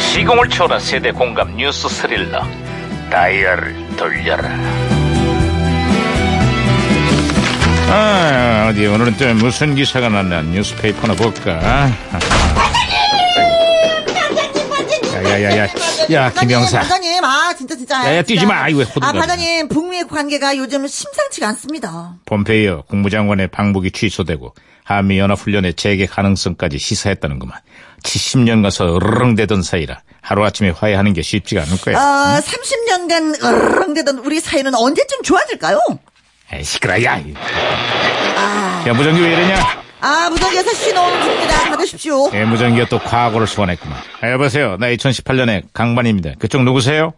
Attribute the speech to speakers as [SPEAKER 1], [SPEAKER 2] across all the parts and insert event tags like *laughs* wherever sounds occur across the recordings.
[SPEAKER 1] 시공을 초월한 세대 공감 뉴스 스릴러 다이얼 돌려라
[SPEAKER 2] 아, 어디 오늘은 또 무슨 기사가 났나 뉴스페이퍼나 볼까? 야야야야, 야 김영사,
[SPEAKER 3] 반장님, 아, 진짜, 진짜.
[SPEAKER 2] 야, 야, 뛰지 마. 아이, 왜 호들갑이야.
[SPEAKER 3] 아, 반장님, 북미의 관계가 요즘 심상치가 않습니다.
[SPEAKER 2] 폼페이어 국무장관의 방북이 취소되고 한미 연합 훈련의 재개 가능성까지 시사했다는구만. 70년 가서 으르렁대던 사이라 하루 아침에 화해하는 게 쉽지가 않을 거야.
[SPEAKER 3] 아, 30년간 으르렁대던 우리 사이는 언제쯤 좋아질까요?
[SPEAKER 2] 에이, 시끄러야. 야 무전기 왜 이러냐?
[SPEAKER 3] 아, 무전기에서 신호 오는 중입니다. 받으십시오.
[SPEAKER 2] 예, 무전기가 또 과거를 소환했구만. 아, 여보세요, 나 2018년의 강반입니다. 그쪽 누구세요?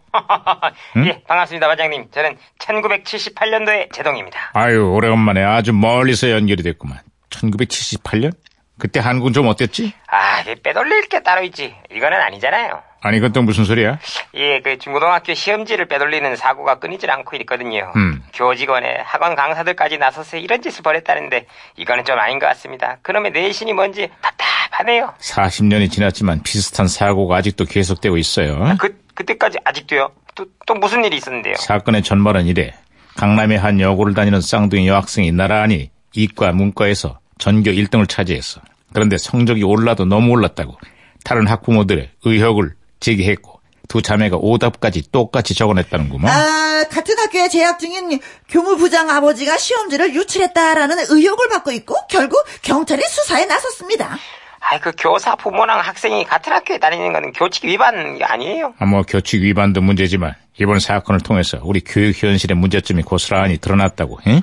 [SPEAKER 4] 예, 반갑습니다, 반장님. 저는 1978년도의 제동입니다.
[SPEAKER 2] 아유, 오래간만에 아주 멀리서 연결이 됐구만. 1978년? 그때 한국은 좀 어땠지?
[SPEAKER 4] 아, 이게 빼돌릴 게 따로 있지. 이거는 아니잖아요.
[SPEAKER 2] 아니, 그건 또 무슨 소리야?
[SPEAKER 4] 예, 그 중고등학교 시험지를 빼돌리는 사고가 끊이질 않고 있거든요.
[SPEAKER 2] 음.
[SPEAKER 4] 교직원에 학원 강사들까지 나서서 이런 짓을 벌였다는데 이거는 좀 아닌 것 같습니다. 그놈의 내신이 뭔지 답답하네요.
[SPEAKER 2] 40년이 지났지만 비슷한 사고가 아직도 계속되고 있어요.
[SPEAKER 4] 그 그때까지 아직도요. 또, 또 무슨 일이 있었는데요?
[SPEAKER 2] 사건의 전말은 이래. 강남의 한 여고를 다니는 쌍둥이 여학생이 나란히 이과 문과에서 전교 1등을 차지했어. 그런데 성적이 올라도 너무 올랐다고 다른 학부모들의 의혹을 제기했고 두 자매가 오답까지 똑같이 적어냈다는구만.
[SPEAKER 3] 아, 같은 학교에 재학 중인 교무부장 아버지가 시험지를 유출했다라는 의혹을 받고 있고, 결국 경찰이 수사에 나섰습니다.
[SPEAKER 4] 아이, 그 교사 부모랑 학생이 같은 학교에 다니는 거는 교칙 위반 아니에요?
[SPEAKER 2] 아, 뭐 교칙 위반도 문제지만 이번 사건을 통해서 우리 교육 현실의 문제점이 고스란히 드러났다고. 응?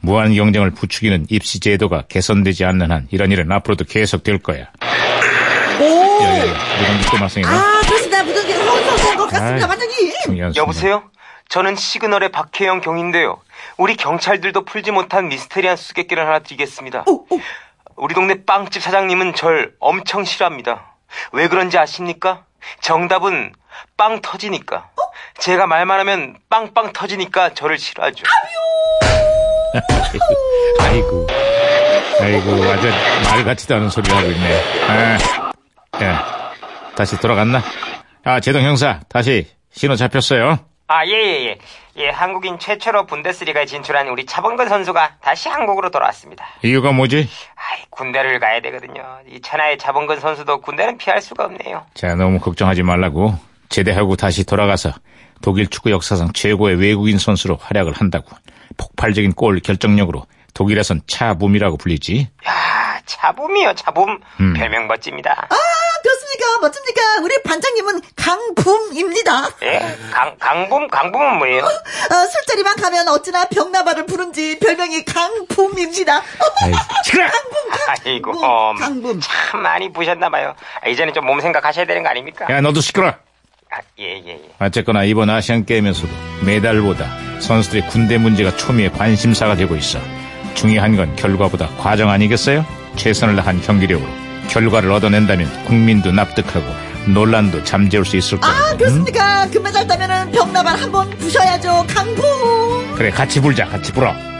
[SPEAKER 2] 무한 경쟁을 부추기는 입시 제도가 개선되지 않는 한 이런 일은 앞으로도 계속될 거야. 예,
[SPEAKER 3] 오!
[SPEAKER 2] 무전기 또 말썽이네.
[SPEAKER 3] 아, 그렇습니다. 무전기가 혼선된 것 같습니다,
[SPEAKER 2] 아이, 그러니까.
[SPEAKER 3] 반장님.
[SPEAKER 2] 중요한 순간.
[SPEAKER 4] 여보세요? 저는 시그널의 박혜영 경인데요. 우리 경찰들도 풀지 못한 미스테리한 수수께끼를 하나 드리겠습니다.
[SPEAKER 3] 오, 아, 오.
[SPEAKER 4] 우리 동네 빵집 사장님은 절 엄청 싫어합니다. 왜 그런지 아십니까? 정답은 빵 터지니까. 제가 말만 하면 빵빵 터지니까 저를 싫어하죠.
[SPEAKER 2] 아이고, 아이고, 아주 말 같지도 않은 소리 하고 있네. 아, 예, 다시 돌아갔나? 아, 제동 형사, 다시 신호 잡혔어요.
[SPEAKER 4] 아, 예, 예, 예. 예, 한국인 최초로 분데스리가에 진출한 우리 차범근 선수가 다시 한국으로 돌아왔습니다.
[SPEAKER 2] 이유가 뭐지?
[SPEAKER 4] 아이, 군대를 가야 되거든요. 이 천하의 차범근 선수도 군대는 피할 수가 없네요.
[SPEAKER 2] 자, 너무 걱정하지 말라고. 제대하고 다시 돌아가서 독일 축구 역사상 최고의 외국인 선수로 활약을 한다고. 폭발적인 골 결정력으로 독일에선 차붐이라고 불리지.
[SPEAKER 4] 야, 차범이요, 차범. 별명 멋집니다.
[SPEAKER 3] 아, 그렇습니까? 멋집니까? 우리 반장님은 강붐입니다.
[SPEAKER 4] 예, 강, 강범, 강범은
[SPEAKER 3] *laughs*
[SPEAKER 4] 뭐예요?
[SPEAKER 3] 아, 술자리만 가면 어찌나 병나발을 부른지 별명이 강붐입니다. 어,
[SPEAKER 2] 아이, 시끄러!
[SPEAKER 4] 아이고,
[SPEAKER 3] 강붐,
[SPEAKER 4] 음,
[SPEAKER 3] 강붐.
[SPEAKER 4] 참 많이 부셨나봐요. 아, 이제는 좀 몸 생각하셔야 되는 거 아닙니까?
[SPEAKER 2] 야, 너도 시끄러!
[SPEAKER 4] 아, 예, 예, 예.
[SPEAKER 2] 어쨌거나 이번 아시안 게임에서도 메달보다 선수들의 군대 문제가 초미의 관심사가 되고 있어. 중요한 건 결과보다 과정 아니겠어요? 최선을 다한 경기력으로 결과를 얻어낸다면 국민도 납득하고 논란도 잠재울 수 있을 거야.
[SPEAKER 3] 아,
[SPEAKER 2] 음.
[SPEAKER 3] 그렇습니까? 금메달 따면은 병나발 한번 부셔야죠. 강붐.
[SPEAKER 2] 그래, 같이 불자, 같이 불어.